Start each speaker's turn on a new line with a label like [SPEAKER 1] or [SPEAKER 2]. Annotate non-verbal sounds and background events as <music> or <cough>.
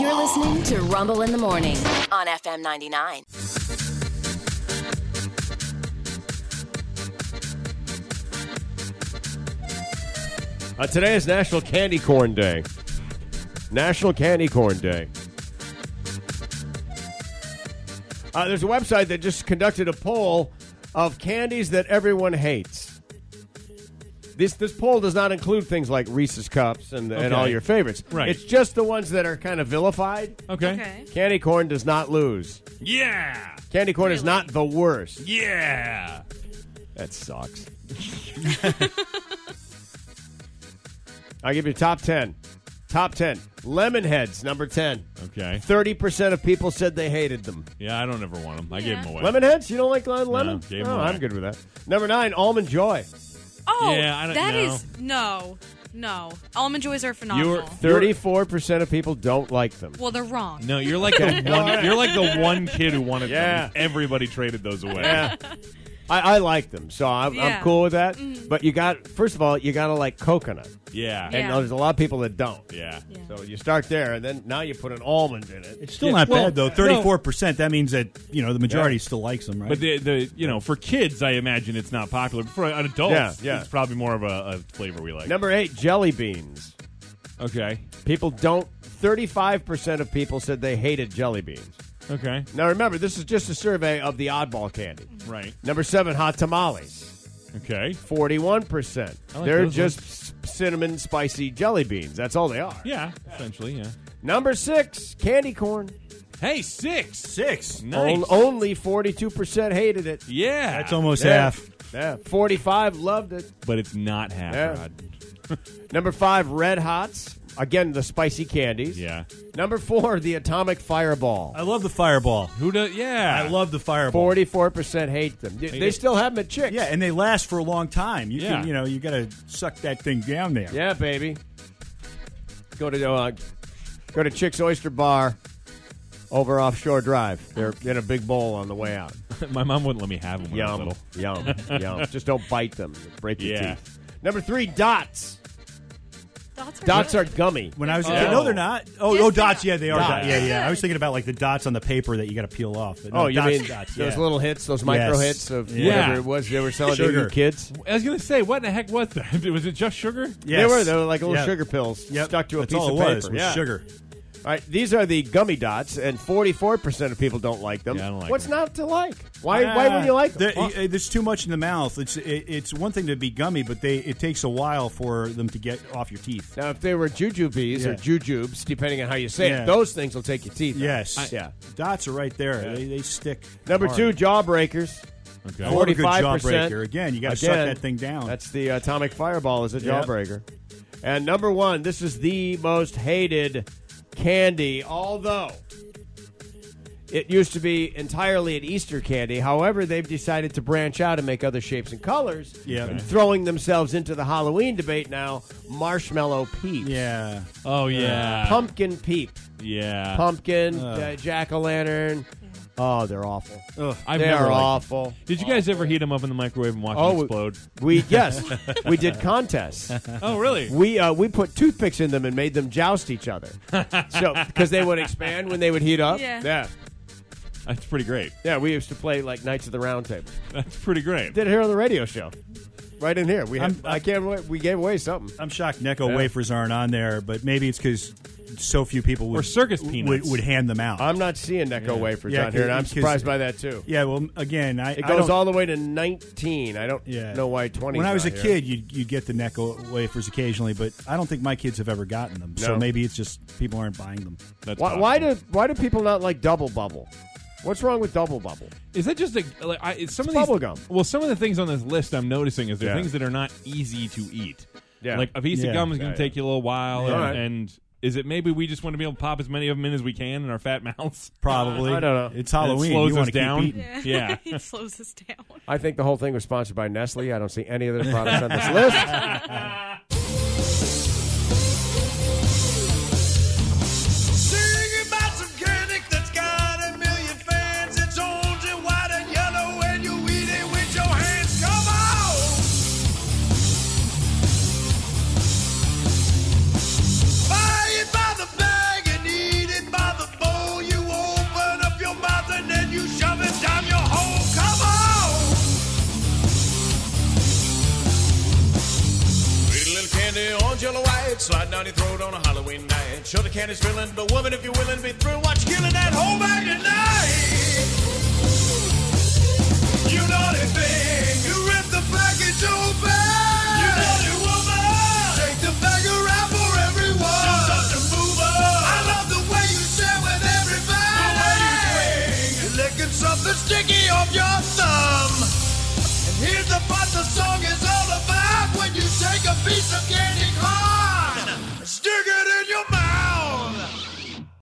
[SPEAKER 1] You're listening to Rumble in the Morning on FM 99.
[SPEAKER 2] Uh, today is National Candy Corn Day. National Candy Corn Day. Uh, there's a website that just conducted a poll of candies that everyone hates. This this poll does not include things like Reese's cups and, and
[SPEAKER 3] Okay.
[SPEAKER 2] all your favorites.
[SPEAKER 3] Right.
[SPEAKER 2] It's just the ones that are kind of vilified.
[SPEAKER 3] Okay.
[SPEAKER 2] Candy corn does not lose.
[SPEAKER 3] Yeah.
[SPEAKER 2] Candy corn is not the worst.
[SPEAKER 3] Yeah.
[SPEAKER 2] That sucks. <laughs> I'll give you top 10. Top 10. Lemonheads, number 10.
[SPEAKER 3] Okay.
[SPEAKER 2] 30% of people said they hated them.
[SPEAKER 3] Yeah, I don't ever want them. I gave them away.
[SPEAKER 2] Lemonheads? You don't like le- lemon?
[SPEAKER 3] gave 'em
[SPEAKER 2] oh,
[SPEAKER 3] away.
[SPEAKER 2] I'm good with that. Number 9, Almond Joy.
[SPEAKER 4] Oh,
[SPEAKER 3] Yeah, I don't-
[SPEAKER 4] that
[SPEAKER 3] no.
[SPEAKER 4] is- no. no, Almond joys are phenomenal.
[SPEAKER 3] You're-
[SPEAKER 2] 34% of people don't like them.
[SPEAKER 4] well, they're wrong.
[SPEAKER 3] No, you're like
[SPEAKER 4] <laughs>
[SPEAKER 3] the
[SPEAKER 2] All right.
[SPEAKER 3] one. You're like the one kid who wanted
[SPEAKER 2] Yeah.
[SPEAKER 3] them. Everybody traded those away.
[SPEAKER 2] Yeah. I, I like them, so I'm,
[SPEAKER 4] Yeah. Mm.
[SPEAKER 2] I'm cool with that. But you got, first of all, you got to like coconut.
[SPEAKER 3] Yeah.
[SPEAKER 4] Yeah.
[SPEAKER 2] And there's a lot of people that don't.
[SPEAKER 3] Yeah.
[SPEAKER 4] Yeah.
[SPEAKER 2] So you start there, and then now you put an almond in it.
[SPEAKER 5] It's still not
[SPEAKER 3] Well,
[SPEAKER 5] bad though.
[SPEAKER 3] no.
[SPEAKER 5] Thirty-four percent. That means that you know the majority
[SPEAKER 2] Yeah.
[SPEAKER 5] still likes them, right?
[SPEAKER 3] But the, the you know for kids, I imagine it's not popular. But for an adult,
[SPEAKER 2] Yeah, yeah.
[SPEAKER 3] it's probably more of a, a flavor we like.
[SPEAKER 2] Number 8, jelly beans.
[SPEAKER 3] Okay.
[SPEAKER 2] People don't. Thirty-five percent of people said they hated jelly beans.
[SPEAKER 3] Okay.
[SPEAKER 2] Now remember, this is just a survey of the oddball candy.
[SPEAKER 3] Right.
[SPEAKER 2] Number seven, hot tamales.
[SPEAKER 3] Okay.
[SPEAKER 2] Forty-one percent.
[SPEAKER 3] I like
[SPEAKER 2] They're
[SPEAKER 3] those
[SPEAKER 2] just s- cinnamon spicy jelly beans. That's all they are.
[SPEAKER 3] Yeah. Essentially. Yeah.
[SPEAKER 2] Number six, candy corn.
[SPEAKER 3] Hey, six.
[SPEAKER 5] six.
[SPEAKER 3] Nice.
[SPEAKER 2] On- only forty-two percent hated it.
[SPEAKER 3] yeah.
[SPEAKER 5] That's almost
[SPEAKER 2] Yeah.
[SPEAKER 5] half.
[SPEAKER 2] Yeah, forty-five loved it.
[SPEAKER 3] But it's not half.
[SPEAKER 2] Yeah.
[SPEAKER 3] Rod.
[SPEAKER 2] Number five, red hots. Again, the spicy candies.
[SPEAKER 3] Yeah.
[SPEAKER 2] Number four, the atomic fireball.
[SPEAKER 5] I love the fireball.
[SPEAKER 3] Who does? Yeah.
[SPEAKER 5] I love the fireball.
[SPEAKER 2] Forty-four percent hate them. They, they still have them at chicks.
[SPEAKER 5] Yeah, and they last for a long time. You
[SPEAKER 3] Yeah.
[SPEAKER 5] can, you know, you got to suck that thing down there.
[SPEAKER 2] Yeah, baby. Go to uh, go to Chick's Oyster Bar over offshore drive. They're in a big bowl on the way
[SPEAKER 5] <laughs>
[SPEAKER 2] out.
[SPEAKER 3] My mom wouldn't let me have them when I was
[SPEAKER 2] Yum,
[SPEAKER 3] little.
[SPEAKER 2] yum, yum. Just don't bite them. Break your
[SPEAKER 3] Yeah.
[SPEAKER 2] teeth. Number three, dots.
[SPEAKER 4] Dots are
[SPEAKER 2] Dots
[SPEAKER 4] good.
[SPEAKER 2] are gummy.
[SPEAKER 5] When I was a
[SPEAKER 3] Oh.
[SPEAKER 5] kid, no, they're not. Oh,
[SPEAKER 4] Yes,
[SPEAKER 5] oh,
[SPEAKER 4] they
[SPEAKER 5] dots.
[SPEAKER 4] are.
[SPEAKER 5] Yeah, they are.
[SPEAKER 2] Dots.
[SPEAKER 5] Dots. Yeah, yeah. I was thinking about like the dots on the paper that you got to peel off. But no,
[SPEAKER 2] Oh, you
[SPEAKER 5] dots,
[SPEAKER 2] mean
[SPEAKER 5] dots,
[SPEAKER 2] those
[SPEAKER 5] yeah.
[SPEAKER 2] little hits, those micro
[SPEAKER 5] Yes.
[SPEAKER 2] hits of
[SPEAKER 5] Yeah.
[SPEAKER 2] whatever it was they were selling to
[SPEAKER 5] Sugar.
[SPEAKER 2] you kids?
[SPEAKER 3] I was gonna say, what in the heck was that? <laughs> Was it just sugar?
[SPEAKER 5] Yes.
[SPEAKER 2] They were. They were like little
[SPEAKER 5] Yeah.
[SPEAKER 2] sugar pills
[SPEAKER 5] Yep.
[SPEAKER 2] stuck to a
[SPEAKER 5] That's
[SPEAKER 2] piece
[SPEAKER 5] all
[SPEAKER 2] of
[SPEAKER 5] it
[SPEAKER 2] paper.
[SPEAKER 5] was, was
[SPEAKER 2] yeah.
[SPEAKER 5] sugar.
[SPEAKER 2] All right, these are the gummy dots, and 44% of people don't like them.
[SPEAKER 3] Yeah, I don't like
[SPEAKER 2] What's
[SPEAKER 3] them.
[SPEAKER 2] not to like? Why, why would you like them?
[SPEAKER 5] There- uh, There's too much in the mouth. It's it, it's one thing to be gummy, but they it takes a while for them to get off your teeth.
[SPEAKER 2] Now, if they were jujubes or
[SPEAKER 5] Yeah.
[SPEAKER 2] jujubes, depending on how you say
[SPEAKER 5] Yeah.
[SPEAKER 2] it, those things will take your teeth. out.
[SPEAKER 5] Yes.
[SPEAKER 2] yeah.
[SPEAKER 5] Dots are right there. They, they stick.
[SPEAKER 2] Number
[SPEAKER 5] hard.
[SPEAKER 2] two, jawbreakers.
[SPEAKER 3] Okay.
[SPEAKER 5] What a good
[SPEAKER 2] 45%.
[SPEAKER 5] jawbreaker. Again, you gotta suck
[SPEAKER 2] Again,
[SPEAKER 5] that thing down.
[SPEAKER 2] That's the atomic fireball is a
[SPEAKER 5] Yep.
[SPEAKER 2] jawbreaker. And number one, this is the most hated candy, although it used to be entirely an Easter candy. However, they've decided to branch out and make other shapes and colors.
[SPEAKER 5] Yeah.
[SPEAKER 2] And throwing themselves into the Halloween debate now, marshmallow peeps.
[SPEAKER 5] Yeah.
[SPEAKER 3] Oh yeah.
[SPEAKER 2] Pumpkin peep.
[SPEAKER 3] Yeah.
[SPEAKER 2] pumpkin,
[SPEAKER 5] Uh.
[SPEAKER 2] jack o' lantern. Oh, they're awful.
[SPEAKER 3] I've
[SPEAKER 2] they
[SPEAKER 3] never
[SPEAKER 2] are
[SPEAKER 3] liked them.
[SPEAKER 2] awful.
[SPEAKER 3] Did you guys ever heat them up in the microwave and watch
[SPEAKER 2] Oh,
[SPEAKER 3] them
[SPEAKER 2] we-
[SPEAKER 5] <laughs>
[SPEAKER 3] explode?
[SPEAKER 2] We yes, we did contests.
[SPEAKER 3] Oh, really?
[SPEAKER 2] We uh, we put toothpicks in them and made them joust each other. So because they would expand when they would heat up.
[SPEAKER 4] Yeah.
[SPEAKER 2] yeah,
[SPEAKER 3] That's pretty great. <laughs>
[SPEAKER 2] Yeah, We used to play like Knights of the Round Table.
[SPEAKER 3] That's pretty great.
[SPEAKER 2] Did it here on the radio show, right in here. We had,
[SPEAKER 5] I'm-
[SPEAKER 2] I can't wait. We gave away something.
[SPEAKER 5] I'm shocked Necco
[SPEAKER 2] Yeah.
[SPEAKER 5] wafers aren't on there, but maybe it's because so few people would
[SPEAKER 3] Or circus
[SPEAKER 5] would,
[SPEAKER 3] peanuts.
[SPEAKER 5] would hand them out.
[SPEAKER 2] I'm not seeing Necco wafers
[SPEAKER 5] Yeah,
[SPEAKER 2] on here, and I'm
[SPEAKER 5] 'cause-
[SPEAKER 2] surprised by that too.
[SPEAKER 5] yeah, well, again, I
[SPEAKER 2] It
[SPEAKER 5] I
[SPEAKER 2] goes
[SPEAKER 5] don't-
[SPEAKER 2] all the way to 19. I don't
[SPEAKER 5] Yeah.
[SPEAKER 2] know why 20.
[SPEAKER 5] When I was a
[SPEAKER 2] here.
[SPEAKER 5] kid, you'd, you'd get the Necco wafers occasionally, but I don't think my kids have ever gotten them. So
[SPEAKER 2] No.
[SPEAKER 5] maybe it's just people aren't buying them.
[SPEAKER 3] That's
[SPEAKER 2] Why, why do why do people not like double bubble? What's wrong with double bubble?
[SPEAKER 3] is that just a like I, it's some
[SPEAKER 2] It's
[SPEAKER 3] of these
[SPEAKER 2] bubble gum.
[SPEAKER 3] Well, some of the things on this list I'm noticing is they're
[SPEAKER 2] Yeah.
[SPEAKER 3] things that are not easy to eat.
[SPEAKER 2] Yeah.
[SPEAKER 3] Like a piece
[SPEAKER 5] Yeah.
[SPEAKER 3] of gum is going
[SPEAKER 2] Yeah,
[SPEAKER 3] to take you a little while,
[SPEAKER 2] Yeah.
[SPEAKER 3] and,
[SPEAKER 2] Alright.
[SPEAKER 3] and is it maybe we just want to be able to pop as many of them in as we can in our fat <laughs> mouths?
[SPEAKER 5] Probably.
[SPEAKER 2] I don't know.
[SPEAKER 5] It's
[SPEAKER 3] And it
[SPEAKER 5] Halloween.
[SPEAKER 3] slows
[SPEAKER 5] you wanna
[SPEAKER 3] us down.
[SPEAKER 5] Keep eating.
[SPEAKER 4] <laughs>
[SPEAKER 5] <laughs>
[SPEAKER 3] Yeah.
[SPEAKER 4] it slows us down.
[SPEAKER 2] I think the whole thing was sponsored by Nestle. I don't see any other products on
[SPEAKER 5] <laughs>
[SPEAKER 2] this list.
[SPEAKER 6] Sing about some candy that's got a million fans. It's orange and white and yellow, and you eat it with your hands. Come on! Buy it by the bag and eat orange, yellow, white. Slide down your throat on a Halloween night. Sure, the candy's filling, but woman, if you're willing, be thrilled. Watch killing that whole bag tonight. You naughty thing, you rip the package open. You naughty woman, take the bag around for everyone. Just start to move on. I love the way you share with everybody. The way you swing, you're licking something sticky off your thumb. And here's the part the song is all about. When you take a piece of candy,